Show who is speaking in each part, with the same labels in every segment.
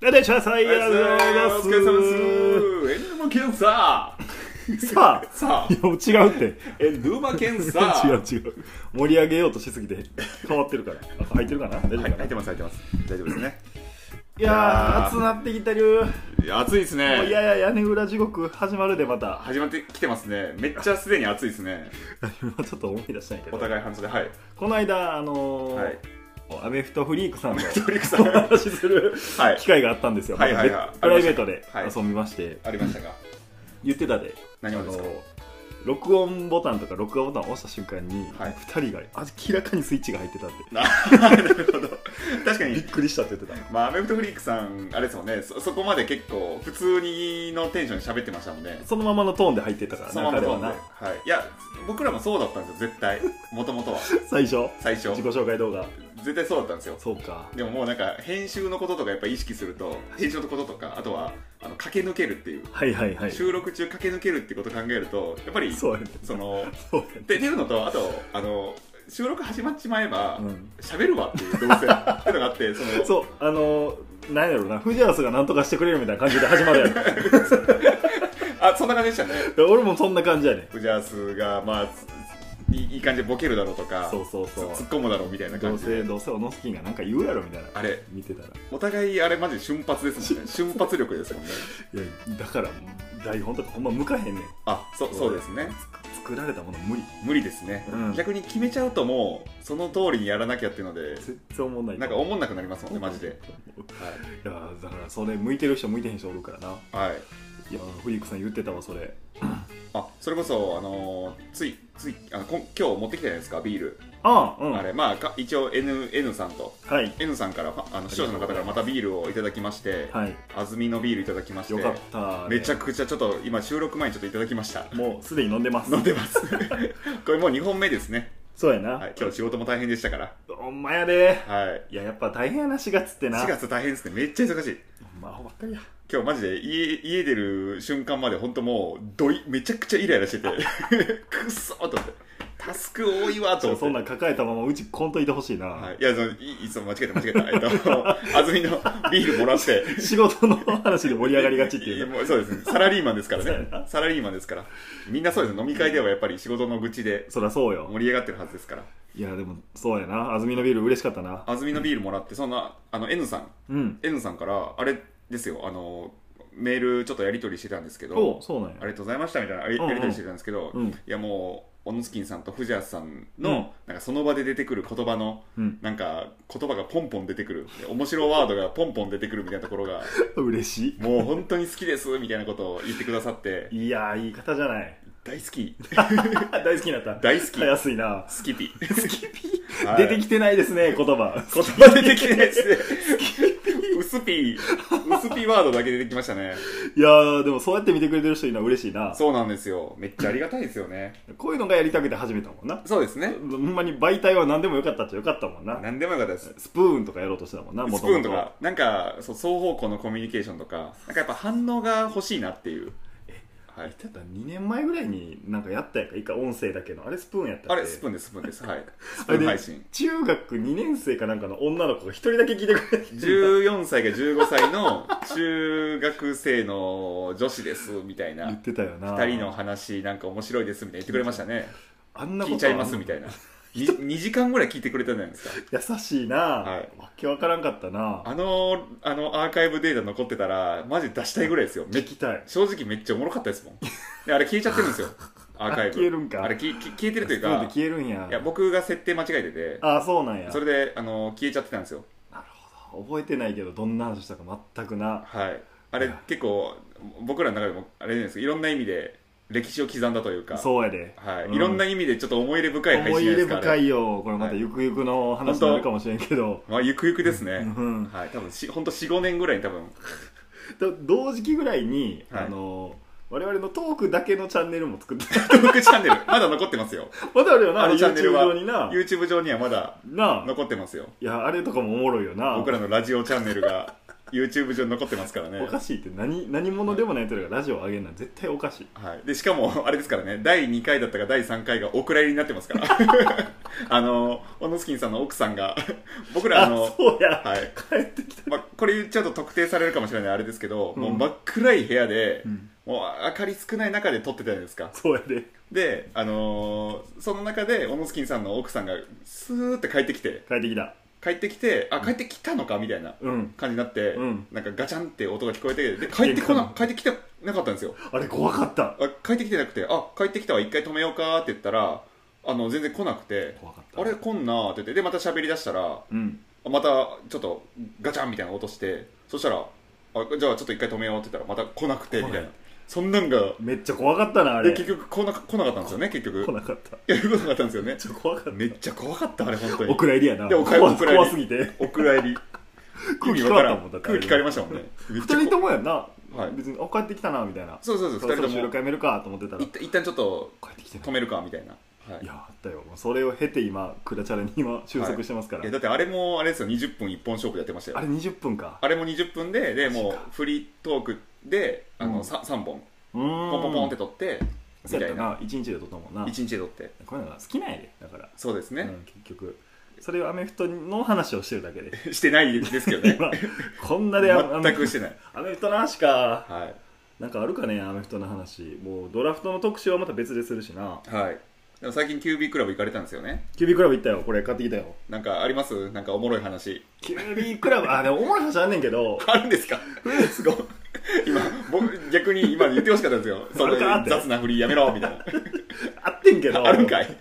Speaker 1: やっていらっしゃいなさい。
Speaker 2: お
Speaker 1: ありがとうございます。
Speaker 2: 疲れ様です。エンドゥマケンサ
Speaker 1: さあ、
Speaker 2: さあ
Speaker 1: いや、もう違うって。
Speaker 2: ー。エンドゥマケンサ
Speaker 1: 違
Speaker 2: ー。
Speaker 1: う違う。盛り上げようとしすぎて変わってるから。あ入ってるかな大丈夫
Speaker 2: は
Speaker 1: か
Speaker 2: い、
Speaker 1: な、
Speaker 2: 入ってます、入ってます。大丈夫ですね。
Speaker 1: いやー、暑なってきたりゅう。も
Speaker 2: いや暑いです
Speaker 1: うい
Speaker 2: ね。
Speaker 1: やいや、屋根裏地獄始まるで、また。
Speaker 2: 始まってきてますね。めっちゃすでに暑いですね。
Speaker 1: 今ちょっと思い出したんやけ
Speaker 2: お
Speaker 1: ど。
Speaker 2: 互い半袖、はい。
Speaker 1: この間、あのー
Speaker 2: はい。
Speaker 1: アメフトフリークさんの
Speaker 2: トリックさん。
Speaker 1: お
Speaker 2: は
Speaker 1: 話しする
Speaker 2: い
Speaker 1: 機。会があったんですよ。
Speaker 2: はいはいはい
Speaker 1: またプライベートで
Speaker 2: ありました
Speaker 1: 遊びまして、
Speaker 2: ありましたか。
Speaker 1: 言ってたで。
Speaker 2: 何をですか
Speaker 1: あの録音ボタンとか録画ボタンを押した瞬間に、
Speaker 2: はい
Speaker 1: 2人が明らかにスイッチが入ってたって
Speaker 2: なるほど。確か
Speaker 1: びっ
Speaker 2: に。
Speaker 1: くりしたって言ってた
Speaker 2: まあ、アメフトフリークさん、あれですもんね、そそこまで結構、普通にのテンションで喋ってましたもんね。
Speaker 1: そのままのトーンで入ってたから
Speaker 2: そのまま
Speaker 1: 中
Speaker 2: 飛
Speaker 1: で
Speaker 2: んで。
Speaker 1: は
Speaker 2: はい
Speaker 1: な。
Speaker 2: いや、僕らもそうだったんですよ、絶対。もともとは。
Speaker 1: 最初
Speaker 2: 最 初。
Speaker 1: 自己紹介動画
Speaker 2: 絶対そうだったんですよ。
Speaker 1: そうか
Speaker 2: でももうなんか、編集のこととかやっぱ意識すると、編集のこととか、あとは、あの、駆け抜けるっていう。
Speaker 1: はいはいはい
Speaker 2: 収録中駆け抜けるってことを考えると、やっぱり、
Speaker 1: そうやね
Speaker 2: その、
Speaker 1: そうやね
Speaker 2: でっていうのと、あと、あの、収録始まっちまえば
Speaker 1: うん、
Speaker 2: 喋、るわっていう、どうせ、っていうのがあって、その、
Speaker 1: そうあのー、なんやろうな藤原スが何とかしてくれるみたいな感じで始まるや ろ
Speaker 2: あ、そんな感じでしたね。
Speaker 1: 俺もそんな感じやね
Speaker 2: フジャースが、まあ、ついいい感じでボケるだろうとか、
Speaker 1: そうそうそう
Speaker 2: 突っ込むだろうみたいな
Speaker 1: ど
Speaker 2: 感
Speaker 1: う
Speaker 2: じで
Speaker 1: せ。どうせオノスキンがなんか言うやろみたいな
Speaker 2: あれ、
Speaker 1: 見てたら
Speaker 2: お互いあれマジ瞬発ですもんね。瞬発力ですもんね。
Speaker 1: いやだから台本とかほんま向かへんねん
Speaker 2: あ、そそうですね。
Speaker 1: つ作られたもの無理
Speaker 2: 無理ですね、
Speaker 1: うん
Speaker 2: 逆に決めちゃうともう、その通りにやらなきゃっていうので、
Speaker 1: 全然思んない
Speaker 2: なんか思んなくなりますもんね、マジで。
Speaker 1: いやだからそれ向いてる人向いてへん人おるからな
Speaker 2: はい。はい。
Speaker 1: いやフリークさん言ってたわそれ
Speaker 2: あ、それこそ、あのーつい、つい、あこん今日持ってきたじゃないですか、ビール。
Speaker 1: ああうん
Speaker 2: あれ、まあ、か一応 N、N さんと、
Speaker 1: はい
Speaker 2: N さんから、あの視聴者の方からまたビールをいただきまして、
Speaker 1: はい
Speaker 2: 安曇のビールいただきまして、
Speaker 1: よかったね、
Speaker 2: めちゃくちゃちょっと今収録前にちょっといただきました
Speaker 1: もうすでに飲んでます
Speaker 2: 飲んでます これもう2本目ですね、
Speaker 1: そうやな、
Speaker 2: はい、今日仕事も大変でしたから
Speaker 1: ほんまやで
Speaker 2: はい
Speaker 1: いややっぱ大変やな4月ってな
Speaker 2: 4月大変ですねめっちゃ忙しい
Speaker 1: ほんまアホばっかりや
Speaker 2: 今日マジで家家出る瞬間まで本当もうどいめちゃくちゃイライラしてて くっそーと思ってタスク多いわと
Speaker 1: ちょっと
Speaker 2: 思って
Speaker 1: そんなん抱えたままうちこんといてほしいな、
Speaker 2: はい、いやそのいいつも間違えた間違えたえっと 安住のビールもらって
Speaker 1: 仕事の話で盛り上がりがち っていう
Speaker 2: や
Speaker 1: ね
Speaker 2: もうそうですねサラリーマンですから
Speaker 1: そうや
Speaker 2: ね
Speaker 1: な
Speaker 2: サラリーマンですからみんなそうですね飲み会ではやっぱり仕事の愚痴で
Speaker 1: そりゃそうよ
Speaker 2: 盛り上がってるはずですから
Speaker 1: いやでもそうやな安曇のビール嬉しかったな
Speaker 2: 安曇のビールもらってそんなあの N さん
Speaker 1: うん
Speaker 2: N さんからあれですよあのメールちょっとやり取りしてたんですけ
Speaker 1: お
Speaker 2: ど
Speaker 1: そうなんや
Speaker 2: ありがとうございましたみたいなやり
Speaker 1: うんうん
Speaker 2: やり取りしてたんですけど、
Speaker 1: うん
Speaker 2: いやもうオノスキンさんとフジャースさんの、なんかその場で出てくる言葉の、
Speaker 1: うん
Speaker 2: なんか言葉がポンポン出てくるで面白ワードがポンポン出てくるみたいなところが
Speaker 1: 嬉し
Speaker 2: もう本当に好きですみたいなことを言ってくださって
Speaker 1: いいやー言い方じゃない
Speaker 2: 大好き
Speaker 1: 大好きになった
Speaker 2: 大好き
Speaker 1: 早すいな
Speaker 2: 好きピ好きピ
Speaker 1: 出てきてないですね、言葉。
Speaker 2: 言葉出てきてないですね薄ピ薄ピワードだけ出てきましたね
Speaker 1: いやー、でもそうやって見てくれてる人いるのは嬉しいな。
Speaker 2: そうなんですよ。めっちゃありがたいですよね。
Speaker 1: こういうのがやりたくて始めたもんな。
Speaker 2: そうですね。
Speaker 1: ほんまに媒体は何でもよかったっちゃよかったもんな。
Speaker 2: 何でもよかったです。
Speaker 1: スプーンとかやろうとしてたもんな、
Speaker 2: ス
Speaker 1: 元
Speaker 2: プ
Speaker 1: 々
Speaker 2: ーンとか、なんか、そう、双方向のコミュニケーションとか、なんかやっぱ反応が欲しいなっていう。はい。
Speaker 1: ただ2年前ぐらいになんかやったやんか、一回音声だけの。あれスプーンやった
Speaker 2: あれ、スプー
Speaker 1: ン。
Speaker 2: ンです、スプーンです。はい。ス
Speaker 1: あ
Speaker 2: プ
Speaker 1: れ
Speaker 2: ー
Speaker 1: で
Speaker 2: ン配信。
Speaker 1: 中学2年生かなんかの女の子が一人だけ聞いてくれて
Speaker 2: 14歳か15歳の中学生の女子です、みたい
Speaker 1: 言
Speaker 2: な
Speaker 1: っ。てたよな。
Speaker 2: 二人の話、なんか面白いです、みたいな言ってくれましたね。
Speaker 1: あんなこと
Speaker 2: 聞いちゃいます、みたいな。2時間ぐらい聞いてくれたじゃないですか。
Speaker 1: 優しいな、
Speaker 2: はい
Speaker 1: わけわからんかったな。
Speaker 2: あの、あのアーカイブデータ残ってたら、マジ出したいぐらいですよ。め
Speaker 1: 聞きたい。
Speaker 2: 正直めっちゃおもろかったですもんであれ消えちゃってるん ですよアーカイブ
Speaker 1: あ消えるんか
Speaker 2: あれきき消えてるという
Speaker 1: スプーン
Speaker 2: か
Speaker 1: で消えるんや。
Speaker 2: いや僕が設定間違えてて
Speaker 1: ああ、そうなんや。
Speaker 2: それであの消えちゃってたんですよ
Speaker 1: 覚えてないけどどんな話したか全くな
Speaker 2: はいあれ
Speaker 1: いや
Speaker 2: 結構僕らの中でもあれじゃないですかいろんな意味で歴史を刻んだというか
Speaker 1: そうやで、
Speaker 2: はい、
Speaker 1: うん
Speaker 2: いろんな意味でちょっと思い入れ深い配
Speaker 1: 思
Speaker 2: 信
Speaker 1: い
Speaker 2: じゃ
Speaker 1: 入
Speaker 2: ないで
Speaker 1: れ
Speaker 2: すか
Speaker 1: 深
Speaker 2: あれ
Speaker 1: いよこれまた
Speaker 2: はい
Speaker 1: ゆくゆくの話になるかもしれんけど、
Speaker 2: まあゆくゆくですね、
Speaker 1: うん
Speaker 2: はい多分しほんと45年ぐらいに多分
Speaker 1: と同時期ぐらいに、
Speaker 2: はい
Speaker 1: あの我々のトークだけのチャンネルも作って
Speaker 2: トークチャンネル まだ残ってますよ
Speaker 1: まだあるよな
Speaker 2: あのチャンネルは
Speaker 1: YouTube 上にな
Speaker 2: YouTube 上にはまだ
Speaker 1: なあ
Speaker 2: 残ってますよ
Speaker 1: いやあれとかもおもろいよな
Speaker 2: 僕らのラジオチャンネルが YouTube 上に残ってますから
Speaker 1: お
Speaker 2: ね
Speaker 1: かしいって何何者でもないやつらがラジオ上げるのは絶対おかしい
Speaker 2: はい、でしかも、 あれですからね、第2回だったか第3回がお蔵入りになってますから、 あの、オノスキンさんの奥さんが、 僕ら、あ
Speaker 1: あ
Speaker 2: の、
Speaker 1: そうや、
Speaker 2: はい
Speaker 1: 帰ってきた
Speaker 2: まあ、これ言っちゃうと特定されるかもしれないあれですけど、
Speaker 1: うん
Speaker 2: もう真っ暗い部屋で、
Speaker 1: うん
Speaker 2: もう明かり少ない中で撮ってたじゃないですか
Speaker 1: そうやで
Speaker 2: で、あのーその中でオノスキンさんの奥さんがスーって帰ってきて
Speaker 1: 帰ってきた
Speaker 2: 帰ってきてあ帰ってきたのかみたいな
Speaker 1: うん
Speaker 2: 感じになって、
Speaker 1: うん
Speaker 2: なんかガチャンって音が聞こえてで帰ってこな帰ってきてなかったんですよ
Speaker 1: あれ怖かった
Speaker 2: あ帰ってきてなくて「あ帰ってきたわ一回止めようか」って言ったらあの全然来なくて
Speaker 1: 怖かっ
Speaker 2: 「
Speaker 1: た
Speaker 2: あれ来んな」って言ってでまた喋り出したら
Speaker 1: うん
Speaker 2: またちょっとガチャンみたいな音してそしたらあ「じゃあちょっと一回止めよう」って言ったらまた来なくてみたい
Speaker 1: 来
Speaker 2: な
Speaker 1: ない
Speaker 2: そんなんが
Speaker 1: めっちゃ怖かったなあ
Speaker 2: で
Speaker 1: れ
Speaker 2: 結局来な来なかったんですよね結局
Speaker 1: 来なかった
Speaker 2: いや来なかったんですよね
Speaker 1: ちょっと怖かっ
Speaker 2: めっちゃ怖かったあれ本当
Speaker 1: たお
Speaker 2: に
Speaker 1: 蔵入りやな
Speaker 2: でお蔵入
Speaker 1: 怖
Speaker 2: りお蔵入り
Speaker 1: 怖すぎて
Speaker 2: お蔵入り
Speaker 1: 空気
Speaker 2: 意味
Speaker 1: 変
Speaker 2: わ
Speaker 1: わ
Speaker 2: か
Speaker 1: っ
Speaker 2: ら
Speaker 1: た
Speaker 2: ん
Speaker 1: もんだって
Speaker 2: 空気変わりましたもんねめっちゃ
Speaker 1: 2人ともやんな、
Speaker 2: はい
Speaker 1: 別にあ帰ってきたなみたいな
Speaker 2: そうそうそう
Speaker 1: そ
Speaker 2: 二
Speaker 1: ろそ
Speaker 2: 人
Speaker 1: ろ
Speaker 2: と
Speaker 1: 収
Speaker 2: も
Speaker 1: 録やめるかと思ってたら
Speaker 2: 一
Speaker 1: 帰
Speaker 2: 旦一旦ちょっと
Speaker 1: ってきてない
Speaker 2: 止めるかみたいな、はい
Speaker 1: いやあったよもうそれを経て今クラチャレに今収束してますから、
Speaker 2: いやだってあれもあれですよ20分一本勝負でやってましたよ
Speaker 1: あ
Speaker 2: あれ
Speaker 1: れ20分か
Speaker 2: も20分ででも
Speaker 1: マジか
Speaker 2: うフリートークであ
Speaker 1: う
Speaker 2: の
Speaker 1: ん
Speaker 2: 3, 三本
Speaker 1: うーん
Speaker 2: ポンポンポンって取って
Speaker 1: そ
Speaker 2: み
Speaker 1: う
Speaker 2: た
Speaker 1: やっ
Speaker 2: い
Speaker 1: た
Speaker 2: な
Speaker 1: な1日で撮ったもんな
Speaker 2: 1日で取って
Speaker 1: こういうのが好きなんやでだから、
Speaker 2: そうです
Speaker 1: う
Speaker 2: ね、
Speaker 1: ん、結局それをアメフトの話をしてるだけで
Speaker 2: してないですけどね
Speaker 1: 今こんなでアメ
Speaker 2: 全
Speaker 1: フ
Speaker 2: く
Speaker 1: ト
Speaker 2: してない
Speaker 1: アメフトの話か
Speaker 2: は
Speaker 1: なんかあるかねアメフトの話もうドラフトの特集はまた別でするしない
Speaker 2: はいでも最近 QB クラブ行かれたんですよね
Speaker 1: キュービークラブ行ったよこれ買ってきたよ
Speaker 2: なんかありますなんかおもろい話
Speaker 1: キュービークラブあでもおもろい話あんねんけど
Speaker 2: あ るんですかすごい今僕逆に今言ってほしかったんです よそ
Speaker 1: あ
Speaker 2: れ
Speaker 1: るかって
Speaker 2: 雑なフリーやめろみたい
Speaker 1: あってんけ
Speaker 2: な
Speaker 1: ど
Speaker 2: あるんかい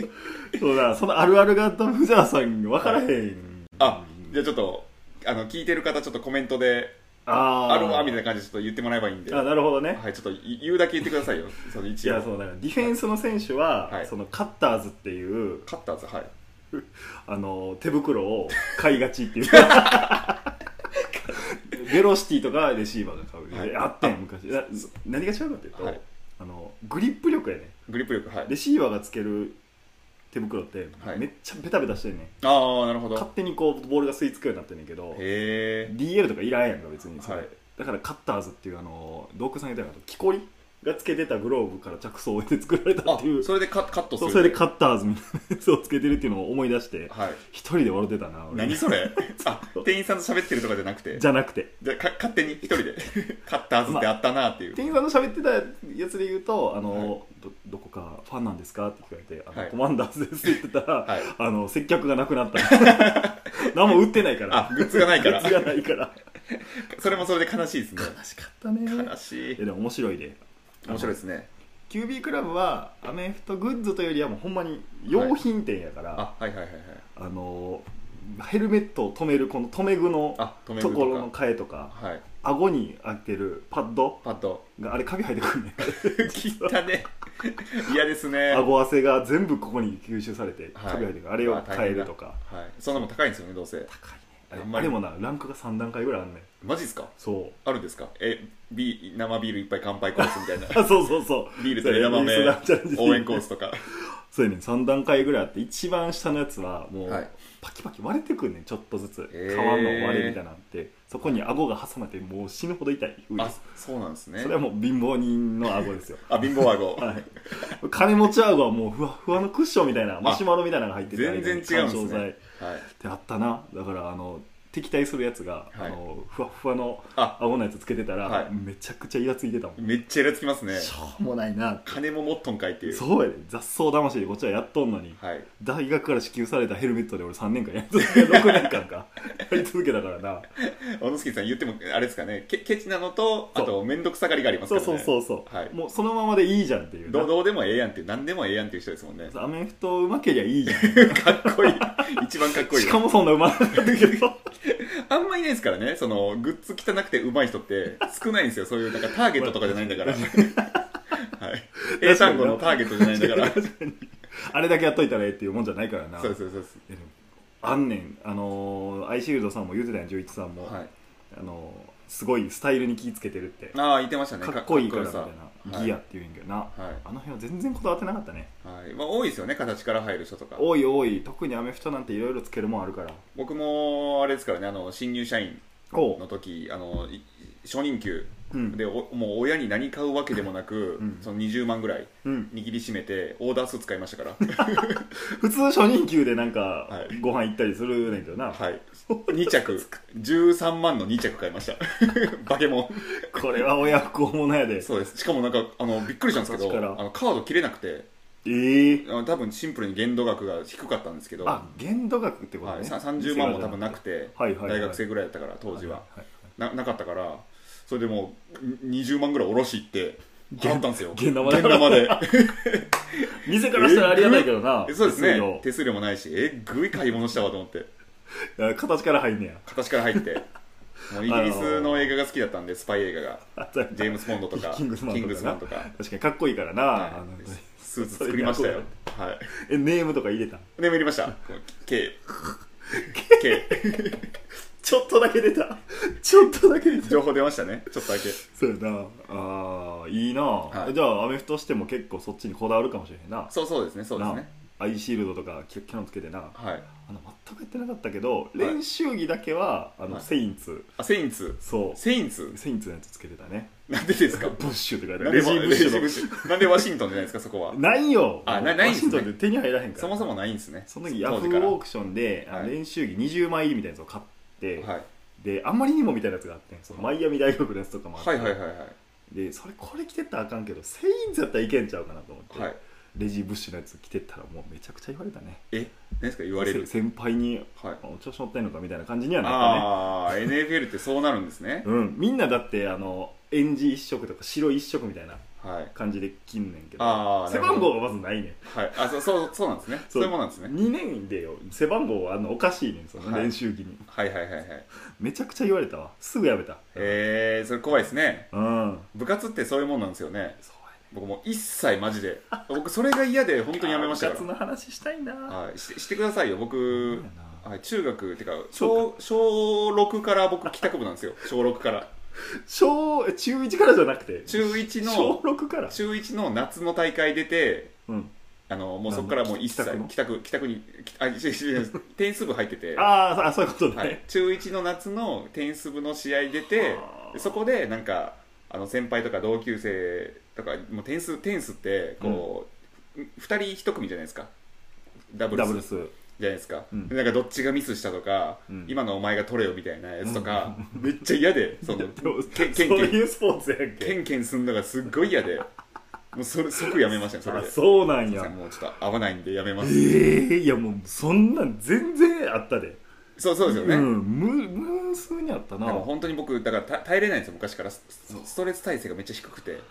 Speaker 1: そうだそのあるあるがあった藤沢さん分からへん
Speaker 2: あじゃあちょっとあの聞いてる方ちょっとコメントで
Speaker 1: あー
Speaker 2: あるわみたいな感じでちょっと言ってもらえばいいんで、
Speaker 1: あ
Speaker 2: は
Speaker 1: なるほどね
Speaker 2: い、ちょっとい言うだけ言ってくださいよ、その
Speaker 1: い
Speaker 2: 一
Speaker 1: や
Speaker 2: 応
Speaker 1: そ、のなんかディフェンスの選手は、
Speaker 2: はい
Speaker 1: そのカッターズっていう
Speaker 2: カッターズ、はい、
Speaker 1: あの手袋を買いがちっていう ベロシティとかレシーバーが買う、
Speaker 2: はい
Speaker 1: であったん昔な何が違うかっていうと、
Speaker 2: はい
Speaker 1: あのグリップ力やね
Speaker 2: グリップ力、はい、
Speaker 1: レシーバーがつける手袋って、
Speaker 2: はい
Speaker 1: めっちゃベタベタしてんねん
Speaker 2: ああ、なるほ
Speaker 1: 勝
Speaker 2: ど、
Speaker 1: 手にこうボールが吸い付くようになってんねんけど
Speaker 2: へえ、
Speaker 1: DL とかいらんやんか別にそれ、
Speaker 2: はい
Speaker 1: だからカッターズっていうあの洞窟さんが言ったような木こりがつけてたグローブから着想を得て作られた
Speaker 2: あ
Speaker 1: っていう
Speaker 2: それでカカットす
Speaker 1: そう
Speaker 2: る、
Speaker 1: それでカッターズみたいなやつをつけてるっていうのを思い出して
Speaker 2: はい、
Speaker 1: 一人で笑ってたな俺
Speaker 2: 何それ、 あ店員さんと喋ってるとかじゃなくて、
Speaker 1: じゃなくて
Speaker 2: じゃあか勝手に一人 で、カッターズってあったなっていう、
Speaker 1: 店員さんの喋ってたやつで言うと「あの
Speaker 2: は
Speaker 1: どどこかファンなんですか?」って聞かれてあの、
Speaker 2: はい
Speaker 1: コマンダーズです」って言ったら、
Speaker 2: はい
Speaker 1: あの接客がなくなった 何も売ってないから
Speaker 2: あグッズがないから
Speaker 1: グッズがないから
Speaker 2: それもそれで悲しいで すね、
Speaker 1: 悲しかったね
Speaker 2: 悲し
Speaker 1: いや
Speaker 2: い、
Speaker 1: でも面白いで
Speaker 2: 面白いですね、
Speaker 1: キュービークラブはアメフトグッズというよりはもうほんまに用品店やから、
Speaker 2: あはいはいはいはい、
Speaker 1: あのヘルメットを止めるこの止め具の
Speaker 2: あ止め
Speaker 1: と
Speaker 2: る
Speaker 1: ころの
Speaker 2: とか、
Speaker 1: 替えとか
Speaker 2: はい、
Speaker 1: 顎に開けるパッド
Speaker 2: パッ と、
Speaker 1: があれカビ生えて くるね
Speaker 2: 切ったね、 嫌ですね。
Speaker 1: 顎汗が全部ここに吸収されて
Speaker 2: はい
Speaker 1: カビ生えてくるあれを変えるとか
Speaker 2: はい、そんなもん高いんですよねどうせ
Speaker 1: 高いねあ
Speaker 2: あ
Speaker 1: れ
Speaker 2: んまり
Speaker 1: あれもなランクが3段階ぐらいあんねん
Speaker 2: マジですか
Speaker 1: そう
Speaker 2: あるんですかえビー生ビールいっぱい乾杯コースみた いな
Speaker 1: あそうそうそう
Speaker 2: ビールと枝
Speaker 1: そうやねそう
Speaker 2: 豆応援コースとか
Speaker 1: そうやねん3段階ぐらいあって一番下のやつはもう、
Speaker 2: はい
Speaker 1: パキパキ割れてくんねんちょっとずつ、
Speaker 2: へー
Speaker 1: 皮の割れみたいなのあってそこに顎が挟まってもう死ぬほど痛いウイル
Speaker 2: あ
Speaker 1: ス
Speaker 2: そうなんですね
Speaker 1: それはもう貧乏人の顎ですよ
Speaker 2: あ貧乏顎
Speaker 1: はい 金持ち顎はもうふわふわのクッションみたいなマシュマロみたいなのが入ってて
Speaker 2: 全然違うんですね
Speaker 1: 緩衝材っ
Speaker 2: はい
Speaker 1: てあったなだからあの敵対するやつが、
Speaker 2: はい
Speaker 1: あのふわふわの
Speaker 2: あ
Speaker 1: 顎のやつつけてたら、
Speaker 2: はい
Speaker 1: めちゃくちゃイラついてたもん、
Speaker 2: めっちゃイラつきますね
Speaker 1: しょうもないな
Speaker 2: 金も持っとんかいっていう
Speaker 1: そうやで雑草魂でこっちはやっとんのに、
Speaker 2: はい
Speaker 1: 大学から支給されたヘルメットで俺3年間やり続け6年間かやり続けたからな
Speaker 2: 小野助さん言ってもあれですかねケケチなのと
Speaker 1: そ
Speaker 2: あ
Speaker 1: う
Speaker 2: と面倒くさがりがあります
Speaker 1: そ
Speaker 2: か
Speaker 1: う
Speaker 2: らね
Speaker 1: そうそうそう、
Speaker 2: はい
Speaker 1: もうそのままでいいじゃんっていうな
Speaker 2: どうどうでもええやんっていう何でもええやんっていう人ですもんね
Speaker 1: アメフトうまけりゃいいじゃん
Speaker 2: か っこいい一番かっこいい
Speaker 1: しかもそんなうまかったけど
Speaker 2: あんまいないですからねそのグッズ汚くて上手い人って少ないんですよそういうなんかターゲットとかじゃないんだからはい英単語のターゲットじゃないんだから
Speaker 1: あれだけやっといたらええっていうもんじゃないからな
Speaker 2: そうそうそうそ
Speaker 1: いやでもあんねんあのーアイシールドさんも言うてたやん純一さん
Speaker 2: う
Speaker 1: も、
Speaker 2: はい
Speaker 1: あのーすごいスタイルに気ぃつけてるって
Speaker 2: ああ言ってましたね
Speaker 1: かっこいいからみた
Speaker 2: か
Speaker 1: い
Speaker 2: っこ
Speaker 1: な
Speaker 2: よさ
Speaker 1: ギアっていうんやけどな、
Speaker 2: はい、
Speaker 1: あの辺は全然こだわってなかったね
Speaker 2: はいはいまあ、多いですよね形から入る人とか
Speaker 1: 多い多い特にアメフトなんていろいろつけるもんあるから
Speaker 2: 僕もあれですからねあの新入社員
Speaker 1: お
Speaker 2: の時あのい初任給
Speaker 1: うん
Speaker 2: でおもう親に何買うわけでもなく、
Speaker 1: うん
Speaker 2: その20万ぐらい
Speaker 1: うん、
Speaker 2: 握りしめてオーダー数使いましたから
Speaker 1: 普通初任給でなんか
Speaker 2: はい
Speaker 1: ご飯行ったりするねんけどな、
Speaker 2: はい2着13万の2着買いました 化け物
Speaker 1: これは親不孝者やで
Speaker 2: そうですしかもなんかあのびっくりしたんですけど
Speaker 1: 形から
Speaker 2: あのカード切れなくて
Speaker 1: ええ
Speaker 2: あの多分シンプルに限度額が低かったんですけど、
Speaker 1: あ限度額ってことね、
Speaker 2: はい、さ30万も多分なくて、
Speaker 1: はいはいはい
Speaker 2: 大学生ぐらいだったから当時は、
Speaker 1: いはい
Speaker 2: ななかったからそれでもうに20万ぐらいおろし行って払ったんですよ
Speaker 1: 現現
Speaker 2: 現
Speaker 1: 玉
Speaker 2: 玉 で
Speaker 1: 店からしたらありがたいけどな
Speaker 2: えそうです
Speaker 1: 手数
Speaker 2: ね
Speaker 1: 料
Speaker 2: 手数料もないしえぐい買い物したわと思って
Speaker 1: あ形から入んねや
Speaker 2: 形から入って もうイギリスの映画が好きだったんでスパイ映画が
Speaker 1: あそうや
Speaker 2: ジェームス・ボンドとか
Speaker 1: キングスマンとかな
Speaker 2: マンとか
Speaker 1: 確かにかっこいいからな、
Speaker 2: はい
Speaker 1: あの
Speaker 2: スーツ作りましたよはい
Speaker 1: えネームとか入れた
Speaker 2: 眠りました K K
Speaker 1: ちょっとだけ出 たちょっとだけ出た
Speaker 2: 情報出ましたねちょっとだけ
Speaker 1: そうやなあーいいな、
Speaker 2: い
Speaker 1: じゃあアメフトしても結構そっちにこだわるかもしれへんな
Speaker 2: そうそうですねそうですね
Speaker 1: なアイシールドとかキャキャノンつけてな
Speaker 2: はい
Speaker 1: あの全くやってなかったけど、練習着だけはあの、
Speaker 2: はい
Speaker 1: セインツ
Speaker 2: あセインツ
Speaker 1: そ
Speaker 2: セインツ
Speaker 1: うセインツのやつつけてたね
Speaker 2: なんでですか
Speaker 1: ブッシュとか
Speaker 2: なんで
Speaker 1: レジブッシュの
Speaker 2: レジブッシュなんでワシントンじゃないですかそこは
Speaker 1: ないよ
Speaker 2: あなないんすね
Speaker 1: ワシントンで手に入らへんから
Speaker 2: そもそもないんですね
Speaker 1: その時ヤ
Speaker 2: 当
Speaker 1: フ
Speaker 2: 時か
Speaker 1: ー
Speaker 2: ら
Speaker 1: オークションで、あの
Speaker 2: はい
Speaker 1: 練習着20枚入りみたいなやつを買って、
Speaker 2: はい
Speaker 1: であんまりにもみたいなやつがあってんそのマイアミ大学のやつとかもあって、
Speaker 2: はいはいはいはい
Speaker 1: でそれこれ着てったらあかんけどセインズやったらいけんちゃうかなと思って、
Speaker 2: はい。
Speaker 1: レジブッシュのやつ着てったらもうめちゃくちゃ言われたね
Speaker 2: え、何ですか言われる。
Speaker 1: せ先輩に
Speaker 2: はい。
Speaker 1: お調子乗ってんのかみたいな感じにはなっ
Speaker 2: ああ、NFL ってそうなるんですね
Speaker 1: た。ねうんみんなだってあのエンジ一色とか白一色みたいな
Speaker 2: はい。
Speaker 1: 感じで着んねんけど
Speaker 2: あー
Speaker 1: 背
Speaker 2: なるほ
Speaker 1: 番
Speaker 2: ど
Speaker 1: 号がまずないねん
Speaker 2: はい。あ、そう、そう、そうなんですね。そういうもんなんですね。
Speaker 1: 2年でよ背番号はあんのおかしいねんその
Speaker 2: はい
Speaker 1: 練習着に、
Speaker 2: はいはいはいはい。
Speaker 1: めちゃくちゃ言われたわすぐやめた
Speaker 2: えー、それ怖いですね。
Speaker 1: うん
Speaker 2: 部活ってそういうもんなんですよね。
Speaker 1: そう
Speaker 2: 僕もう一切マジで。僕それが嫌で本当にやめました
Speaker 1: 部活
Speaker 2: か
Speaker 1: の話したいな
Speaker 2: ら。
Speaker 1: あ
Speaker 2: はい。してしてくださいよ。僕、
Speaker 1: な
Speaker 2: はい、中学ってか
Speaker 1: そ
Speaker 2: 小小6から僕帰宅部なんですよ小6から
Speaker 1: 小中1からじゃなくて
Speaker 2: 中1
Speaker 1: 小
Speaker 2: の
Speaker 1: 6から
Speaker 2: 中1の夏の大会出て
Speaker 1: うん
Speaker 2: あのもうそこからもう一切
Speaker 1: なんだ
Speaker 2: 帰宅帰宅にきあ違う違う違うテニス部入ってて、
Speaker 1: あ
Speaker 2: は
Speaker 1: ーそうあそういうことね、
Speaker 2: い、 中1の夏のテニス部の試合出て
Speaker 1: あー
Speaker 2: でそこでなんかあの先輩とか同級生とかもうテニステニスってこう、二2人1組じゃないですかダブル
Speaker 1: ダ
Speaker 2: ス
Speaker 1: ブルス
Speaker 2: じゃないですか、
Speaker 1: うん
Speaker 2: でなんかどっちがミスしたとか、
Speaker 1: うん
Speaker 2: 今のお前が取れよみたいなやつとか、 めっちゃ嫌で そのけんけん
Speaker 1: そう
Speaker 2: けん
Speaker 1: いうスポーツやん
Speaker 2: ケ
Speaker 1: け
Speaker 2: ンケンすんのがすっごい嫌でもうそれ即やめましたねそれ
Speaker 1: あ
Speaker 2: で
Speaker 1: そうなん
Speaker 2: すいませ
Speaker 1: や
Speaker 2: んもうちょっと合わないんでやめま
Speaker 1: え
Speaker 2: す、
Speaker 1: ー、いやもうそんなん全然あったで
Speaker 2: そうそうですよね、
Speaker 1: んむ無数にあった
Speaker 2: で
Speaker 1: な
Speaker 2: も本当に僕だからた耐えれないんですよ昔からスストレス耐性がめっちゃ低くてだか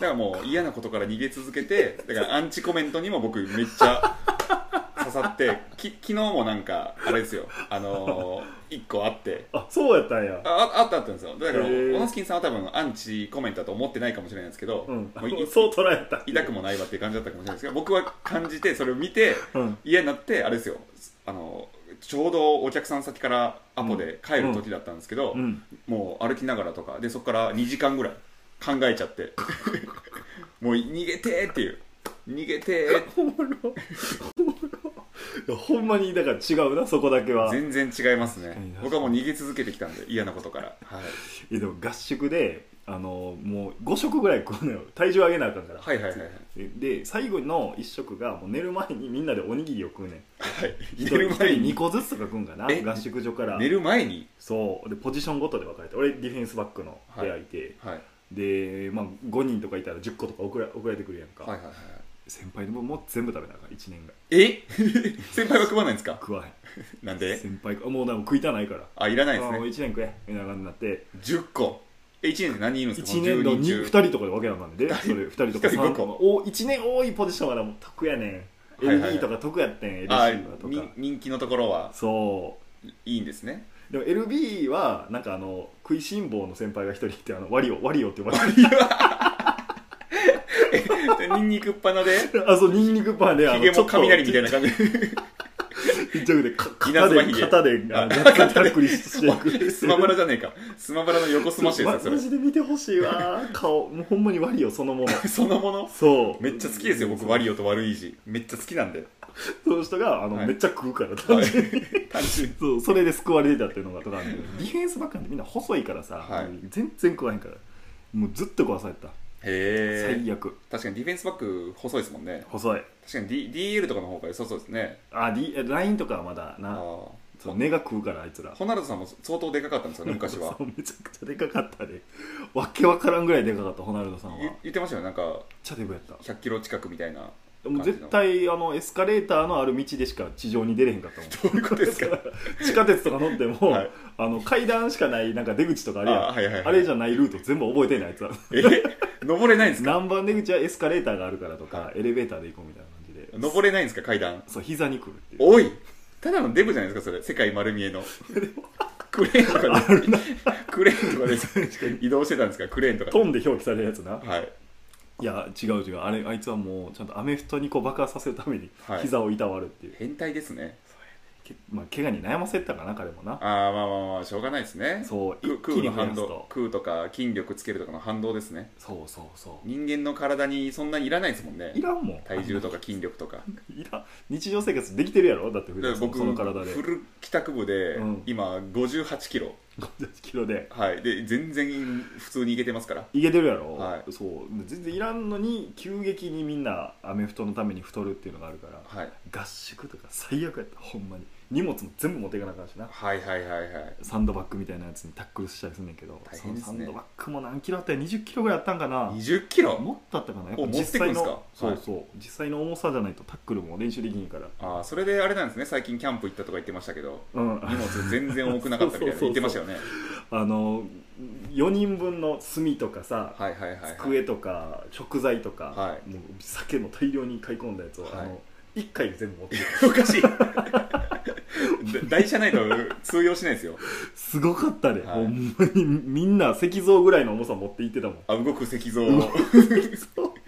Speaker 2: らもう嫌なことから逃げ続け てだからアンチコメントにも僕めっちゃ 刺さってき昨日もなんかあれですよあのー、1個あって
Speaker 1: あそうやったんや
Speaker 2: あああったあったんですよだから
Speaker 1: へー
Speaker 2: オノスキンさんは多分アンチコメントだと思ってないかもしれないですけど、
Speaker 1: うん
Speaker 2: もうい
Speaker 1: そう捉えた
Speaker 2: 痛くもないわっていう感じだったかもしれないですけど僕は感じてそれを見て
Speaker 1: うん
Speaker 2: 嫌になってあれですよあのちょうどお客さん先からアポで帰る時だったんですけど、
Speaker 1: うん
Speaker 2: もう歩きながらとかでそこから2時間ぐらい考えちゃって もう逃げてーっていう逃げてーって
Speaker 1: おもろいやほんまにだから違うなそこだけは
Speaker 2: 全然違いますね
Speaker 1: 確かにな
Speaker 2: 僕はもう逃げ続けてきたんで嫌なことから、は
Speaker 1: い
Speaker 2: い、
Speaker 1: やでも合宿であのもう5食ぐらい食うのよ体重上げなあかんから、
Speaker 2: はいはいはいはい
Speaker 1: で最後の1食がもう寝る前にみんなでおにぎりを食うねん
Speaker 2: はい
Speaker 1: 一
Speaker 2: 寝
Speaker 1: 人
Speaker 2: る前
Speaker 1: 2
Speaker 2: に
Speaker 1: 個ずつとか食うんかな
Speaker 2: え
Speaker 1: 合宿所から
Speaker 2: 寝る前に
Speaker 1: そうでポジションごとで分かれて俺ディフェンスバックの
Speaker 2: はい
Speaker 1: 出会いて、
Speaker 2: はい
Speaker 1: で、まあ、5人とかいたら10個とか送ら送られてくるやんか、
Speaker 2: はいはいはい
Speaker 1: 先輩の分も全部食べなあかん1年が
Speaker 2: え 先輩は食わないんですか
Speaker 1: 食わへん
Speaker 2: なんで
Speaker 1: 先輩もうでも食いたないから
Speaker 2: あいらない
Speaker 1: あ
Speaker 2: です
Speaker 1: もう
Speaker 2: ね
Speaker 1: 1年食えみたいな感じになって
Speaker 2: 10個え1年で何人いるんですか
Speaker 1: 1年の
Speaker 2: 10
Speaker 1: 2,
Speaker 2: 人
Speaker 1: 人とかで分けなあかんねんでそれ2人とか
Speaker 2: 一人
Speaker 1: 3
Speaker 2: 五個
Speaker 1: 個お1年多いポジションはなもう得やねん
Speaker 2: はいはいはい
Speaker 1: LD とか得やってん LC
Speaker 2: あ
Speaker 1: とか
Speaker 2: に人気のところは
Speaker 1: そう
Speaker 2: いいんですね
Speaker 1: でも LB はなんかあの食いしん坊の先輩が一人いてあのワリオワリオって呼ばれて
Speaker 2: でニンニクっぱなで
Speaker 1: るあそうニンニクパンであ
Speaker 2: ヒ
Speaker 1: の
Speaker 2: ゲ
Speaker 1: ちょ
Speaker 2: も
Speaker 1: っと
Speaker 2: 雷みたいな感じ
Speaker 1: ちじゃなくてか
Speaker 2: 稲
Speaker 1: 肩
Speaker 2: 妻
Speaker 1: で
Speaker 2: ひげ
Speaker 1: 肩であジャックタックリしていく
Speaker 2: スマブラじゃねえかスマブラの横スマッシュですよ
Speaker 1: マジで見てほしいわ顔もうほんまにワリオそのもの
Speaker 2: それ そのもの
Speaker 1: そう
Speaker 2: めっちゃ好きですよ僕ワリオと悪い字めっちゃ好きなんで
Speaker 1: その人があの、
Speaker 2: はい
Speaker 1: めっちゃ食うから単
Speaker 2: 単
Speaker 1: 純
Speaker 2: 純
Speaker 1: に、
Speaker 2: に単純に
Speaker 1: そうそれで救われてたっていうのがあったんだけどディフェンスばっかりでみんな細いからさ、
Speaker 2: はい
Speaker 1: 全然食わへんからもうずっと壊されてた、
Speaker 2: へえ
Speaker 1: 最悪
Speaker 2: 確かにディフェンスバック細いですもんね
Speaker 1: 細い
Speaker 2: 確かに、D、DL とかの方が良さそうですね
Speaker 1: あ D えラインとかはまだ
Speaker 2: あ
Speaker 1: な
Speaker 2: ー
Speaker 1: そう根が食うからあいつら
Speaker 2: ホナルドさんも相当でかかったんですよね昔は
Speaker 1: そうめちゃくちゃでかかったでわけわからんぐらいでかかったホナルドさんはめっ
Speaker 2: 言言ってましたよねなんか
Speaker 1: ちゃデブやった
Speaker 2: 100キロ近くみたいな
Speaker 1: もう絶対あのエスカレーターのある道でしか地上に出れへんかったもん
Speaker 2: どういうことですか
Speaker 1: 地下鉄とか乗っても、
Speaker 2: はい
Speaker 1: あの階段しかないなんか出口とかあるやんあ,、
Speaker 2: あはいはいはい
Speaker 1: れじゃないルート全部覚えてんないあい つは
Speaker 2: え登れないんですか
Speaker 1: 何番出口はエスカレーターがあるからとか、
Speaker 2: は
Speaker 1: エレベーターで行こうみたいな感じで
Speaker 2: 登れないんですか階段
Speaker 1: そう膝に来るっていう
Speaker 2: おいただのデブじゃないですかそれ世界丸見 えのクレーンとかでクレーンとかで 移動してたんですかクレーンとかで
Speaker 1: 飛んで表記されるやつな
Speaker 2: はい
Speaker 1: いや違う違うあれあいつはもうちゃんとアメフトにこう爆破させるために
Speaker 2: はい
Speaker 1: 膝をいたわるっていう、
Speaker 2: 変態ですね
Speaker 1: けまあ、怪我に悩ませてたかな彼もな
Speaker 2: ああまあまあまあしょうがないですね
Speaker 1: そう
Speaker 2: く
Speaker 1: 一気
Speaker 2: 空
Speaker 1: に
Speaker 2: の
Speaker 1: 増や
Speaker 2: 反
Speaker 1: す
Speaker 2: 動
Speaker 1: と
Speaker 2: 空とか筋力つけるとかの反動ですね
Speaker 1: そうそうそう
Speaker 2: 人間の体にそんなにいらないですもんね
Speaker 1: いらんもん
Speaker 2: 体重とか筋力とか
Speaker 1: いらん日常生活できてるやろだって普
Speaker 2: で
Speaker 1: 段そ
Speaker 2: 僕
Speaker 1: の体で
Speaker 2: フル帰宅部で
Speaker 1: うん
Speaker 2: 今5 8キロ
Speaker 1: 50キロで
Speaker 2: はいで全然普通にいけてますから
Speaker 1: いけてるやろ、
Speaker 2: はい
Speaker 1: そう全然いらんのに急激にみんなアメフトのために太るっていうのがあるから
Speaker 2: はい
Speaker 1: 合宿とか最悪やったほんまに荷物も全部持っていかなあかんしな
Speaker 2: はいはいはいはい
Speaker 1: サンドバッグみたいなやつにタックルしたりすんねんけど、
Speaker 2: 大
Speaker 1: その
Speaker 2: 変です
Speaker 1: サ
Speaker 2: ね
Speaker 1: ンドバッグも何キロあったら20キロぐらいあったんかな
Speaker 2: 2 0キロ
Speaker 1: もっとあったかなやっぱ
Speaker 2: お持ってくんすか
Speaker 1: そ
Speaker 2: は
Speaker 1: う
Speaker 2: い
Speaker 1: そう、実際の重さじゃないとタックルも練習できんから
Speaker 2: ああそれであれなんですね最近キャンプ行ったとか言ってましたけ ど
Speaker 1: うん
Speaker 2: 荷物全然重くなかったみたいな
Speaker 1: そうそうそうそう
Speaker 2: 言ってましたよね
Speaker 1: あの4人分の炭とかさ、
Speaker 2: はいはいはいはい
Speaker 1: 机とか食材とか、
Speaker 2: は
Speaker 1: もう酒も大量に買い込んだやつを、
Speaker 2: はい
Speaker 1: あの1回で全部持ってくる
Speaker 2: おかしいだ台車ないと通用しないですよ
Speaker 1: すごかったで、
Speaker 2: はい
Speaker 1: ほんまにみんな石像ぐらいの重さ持って行ってたもん
Speaker 2: あ動く石像
Speaker 1: 動そう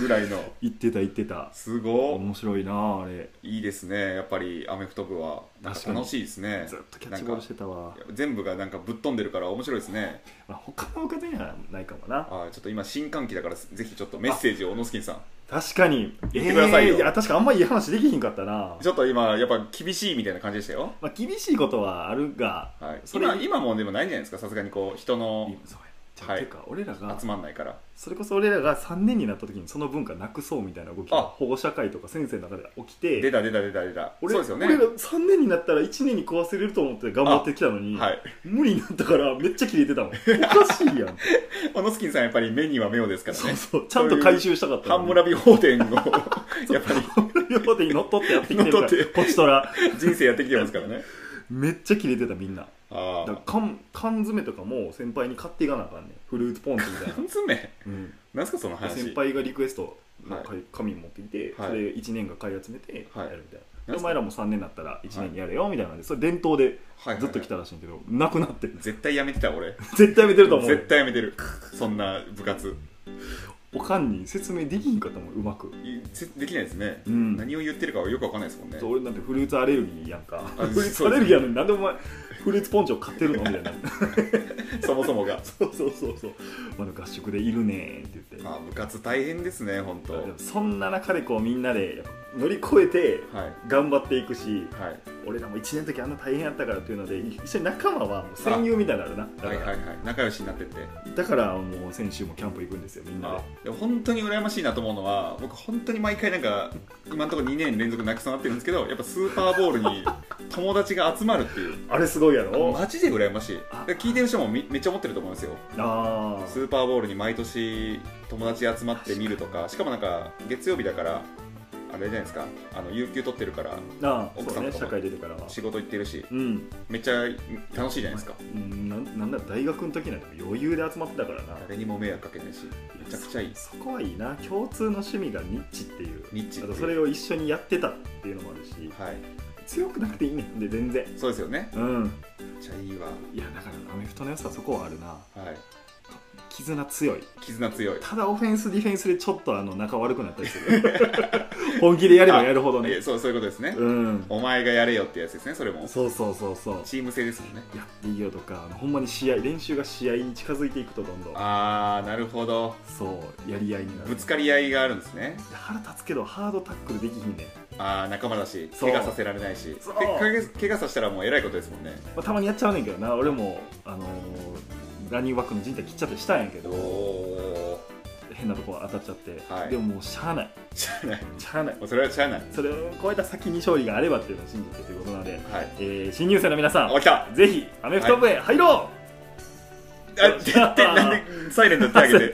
Speaker 2: ぐらいの
Speaker 1: 行ってた行ってた
Speaker 2: すご
Speaker 1: 面白いなああれ
Speaker 2: いいですねやっぱりアメフト部はなん
Speaker 1: 確か
Speaker 2: か
Speaker 1: に
Speaker 2: 楽しいですね
Speaker 1: ずっとキャッチボールしてたわ
Speaker 2: 全部がなんかぶっ飛んでるから面白いですね
Speaker 1: まあ、他のおかずにはないかもな
Speaker 2: あーちょっと今新歓期だからぜひちょっとメッセージを小野スキンさん
Speaker 1: 確かに
Speaker 2: 言ってくださいよ
Speaker 1: えーや確かあんまいい話できひんかったな
Speaker 2: ちょっと今やっぱ厳しいみたいな感じでしたよ、
Speaker 1: まあ、厳しいことはあるが
Speaker 2: はい、
Speaker 1: それ
Speaker 2: 今今もうでもないんじゃないですかさすがにこう人の
Speaker 1: 今そうやじゃあ、
Speaker 2: はい
Speaker 1: てか俺らが
Speaker 2: 集まんないから
Speaker 1: それこそ俺らが3年になった時にその文化なくそうみたいな動きが
Speaker 2: あ
Speaker 1: 保護者会とか先生の中で起きて
Speaker 2: 出た出た出た出た
Speaker 1: 俺
Speaker 2: そうですよね
Speaker 1: 俺ら3年になったら1年に壊せれると思って頑張ってきたのに、
Speaker 2: はい
Speaker 1: 無理になったからめっちゃキレてた もんおかしいやん
Speaker 2: 小野スキンさんやっぱり目には目をですから
Speaker 1: そう
Speaker 2: ね
Speaker 1: そうちゃんと回収したかった
Speaker 2: 半村美法典を やっぱ
Speaker 1: 両手に乗っ取ってやってきてるか
Speaker 2: 乗っ取
Speaker 1: ら
Speaker 2: って
Speaker 1: こっちとら
Speaker 2: り人生やってきてますからね
Speaker 1: めっちゃキレてたみんな
Speaker 2: あ
Speaker 1: だから
Speaker 2: あ
Speaker 1: 缶缶詰とかも先輩に買っていかなあかんねんフルーツポンチみたいな
Speaker 2: 缶詰
Speaker 1: うん
Speaker 2: なんすかその話
Speaker 1: 先輩がリクエストの
Speaker 2: は
Speaker 1: 紙持ってきて、
Speaker 2: はい
Speaker 1: それ1年が買い集めてや
Speaker 2: はい
Speaker 1: るみたいな、で
Speaker 2: なんすか
Speaker 1: お前らも3年になったら1年やれよみたいなんでそれ伝統で
Speaker 2: はいはいはい
Speaker 1: ずっと来たらしいんだけど、なくなってる
Speaker 2: 絶対やめてた俺
Speaker 1: 絶対見てると思
Speaker 2: 絶
Speaker 1: う
Speaker 2: 対やめてるそんな部活
Speaker 1: おかんに説明できひんかったもんうまく、
Speaker 2: いせできないですね、
Speaker 1: うん
Speaker 2: 何を言ってるかはよくわかんないですもんね
Speaker 1: そう俺なんてフルーツアレルギーやんかフ
Speaker 2: あ
Speaker 1: ルーツ
Speaker 2: そ
Speaker 1: ア
Speaker 2: うですね
Speaker 1: レルギーやのになんでお前フルーツポンチを買ってるのみたいな
Speaker 2: そもそもが
Speaker 1: そうそうそうそうまだ合宿でいるねーって言って、
Speaker 2: まあ部活大変ですね本当
Speaker 1: でもそんな中でこうみんなでやっぱ乗り越えて
Speaker 2: はい
Speaker 1: 頑張っていくし、
Speaker 2: はい
Speaker 1: 俺らも1年の時あんな大変やったからっていうので一緒に仲間はもう戦友みたいになるなだか
Speaker 2: はい
Speaker 1: ら、
Speaker 2: はいはい仲良しになってって
Speaker 1: だからもう先週もキャンプ行くんですよみんなで
Speaker 2: でも本当に羨ましいなと思うのは僕本当に毎回なんか今のところ2年連続泣きそうになってるんですけどやっぱスーパーボールに友達が集まるっていう
Speaker 1: あれすごいやろ
Speaker 2: マジで羨ましいで聞いてる人もみめっちゃ思ってると思うんですよ
Speaker 1: あ
Speaker 2: スーパーボールに毎年友達集まって見るとかしかもなんか月曜日だからあれじゃないですかあの有給取ってるから
Speaker 1: あああ
Speaker 2: 奥
Speaker 1: そ
Speaker 2: さ
Speaker 1: うんね
Speaker 2: とか
Speaker 1: 社会出てからは
Speaker 2: 仕事行ってるし
Speaker 1: うん
Speaker 2: めっちゃ楽しいじゃないですか
Speaker 1: うんなんなんだ大学の時なんて余裕で集まってたからな
Speaker 2: 誰にも迷惑かけないしめちゃくちゃいい
Speaker 1: そそこはいいな共通の趣味がニッチっていう
Speaker 2: ニッチって
Speaker 1: あ
Speaker 2: いう
Speaker 1: とそれを一緒にやってたっていうのもあるし
Speaker 2: はい
Speaker 1: 強くなくていいねんで全然
Speaker 2: そうですよね
Speaker 1: うん
Speaker 2: めっちゃいいわ
Speaker 1: いやだからアメフトの良さはそこはあるな
Speaker 2: はい
Speaker 1: 絆強い
Speaker 2: 絆強い
Speaker 1: ただオフェンスディフェンスでちょっとあの仲悪くなったりする 本気でやればやるほど
Speaker 2: え
Speaker 1: ね
Speaker 2: そうそういうことですね、
Speaker 1: うん
Speaker 2: お前がやれよってやつですねそれも
Speaker 1: そうそうそうそう
Speaker 2: チーム制ですもんね
Speaker 1: やっていいよとかあのほんまに試合練習が試合に近づいていくとどんどん
Speaker 2: あーなるほど
Speaker 1: そうやり合いになる
Speaker 2: ぶつかり合いがあるんですね
Speaker 1: 腹立つけどハードタックルできひんねん、
Speaker 2: あー仲間だし
Speaker 1: そう
Speaker 2: 怪我させられないしで
Speaker 1: そう
Speaker 2: 怪我怪我させたらもうえらいことですもんね
Speaker 1: まあ、たまにやっちゃうねんけどな俺もあのーランニングバックの人体切っちゃってしたんやけ
Speaker 2: お
Speaker 1: ど
Speaker 2: お
Speaker 1: 変なとこ当たっちゃって、
Speaker 2: はい
Speaker 1: でももうしゃあない
Speaker 2: しゃあない
Speaker 1: しゃあない
Speaker 2: もうそれはしゃあない
Speaker 1: それを超えた先に勝利があればっていうのを信じてということなので、
Speaker 2: はい
Speaker 1: えー新入生の皆さ
Speaker 2: あ来
Speaker 1: ん
Speaker 2: た
Speaker 1: ぜひアメフト部へ入ろう、
Speaker 2: あって言ってなんでサイレントってあげて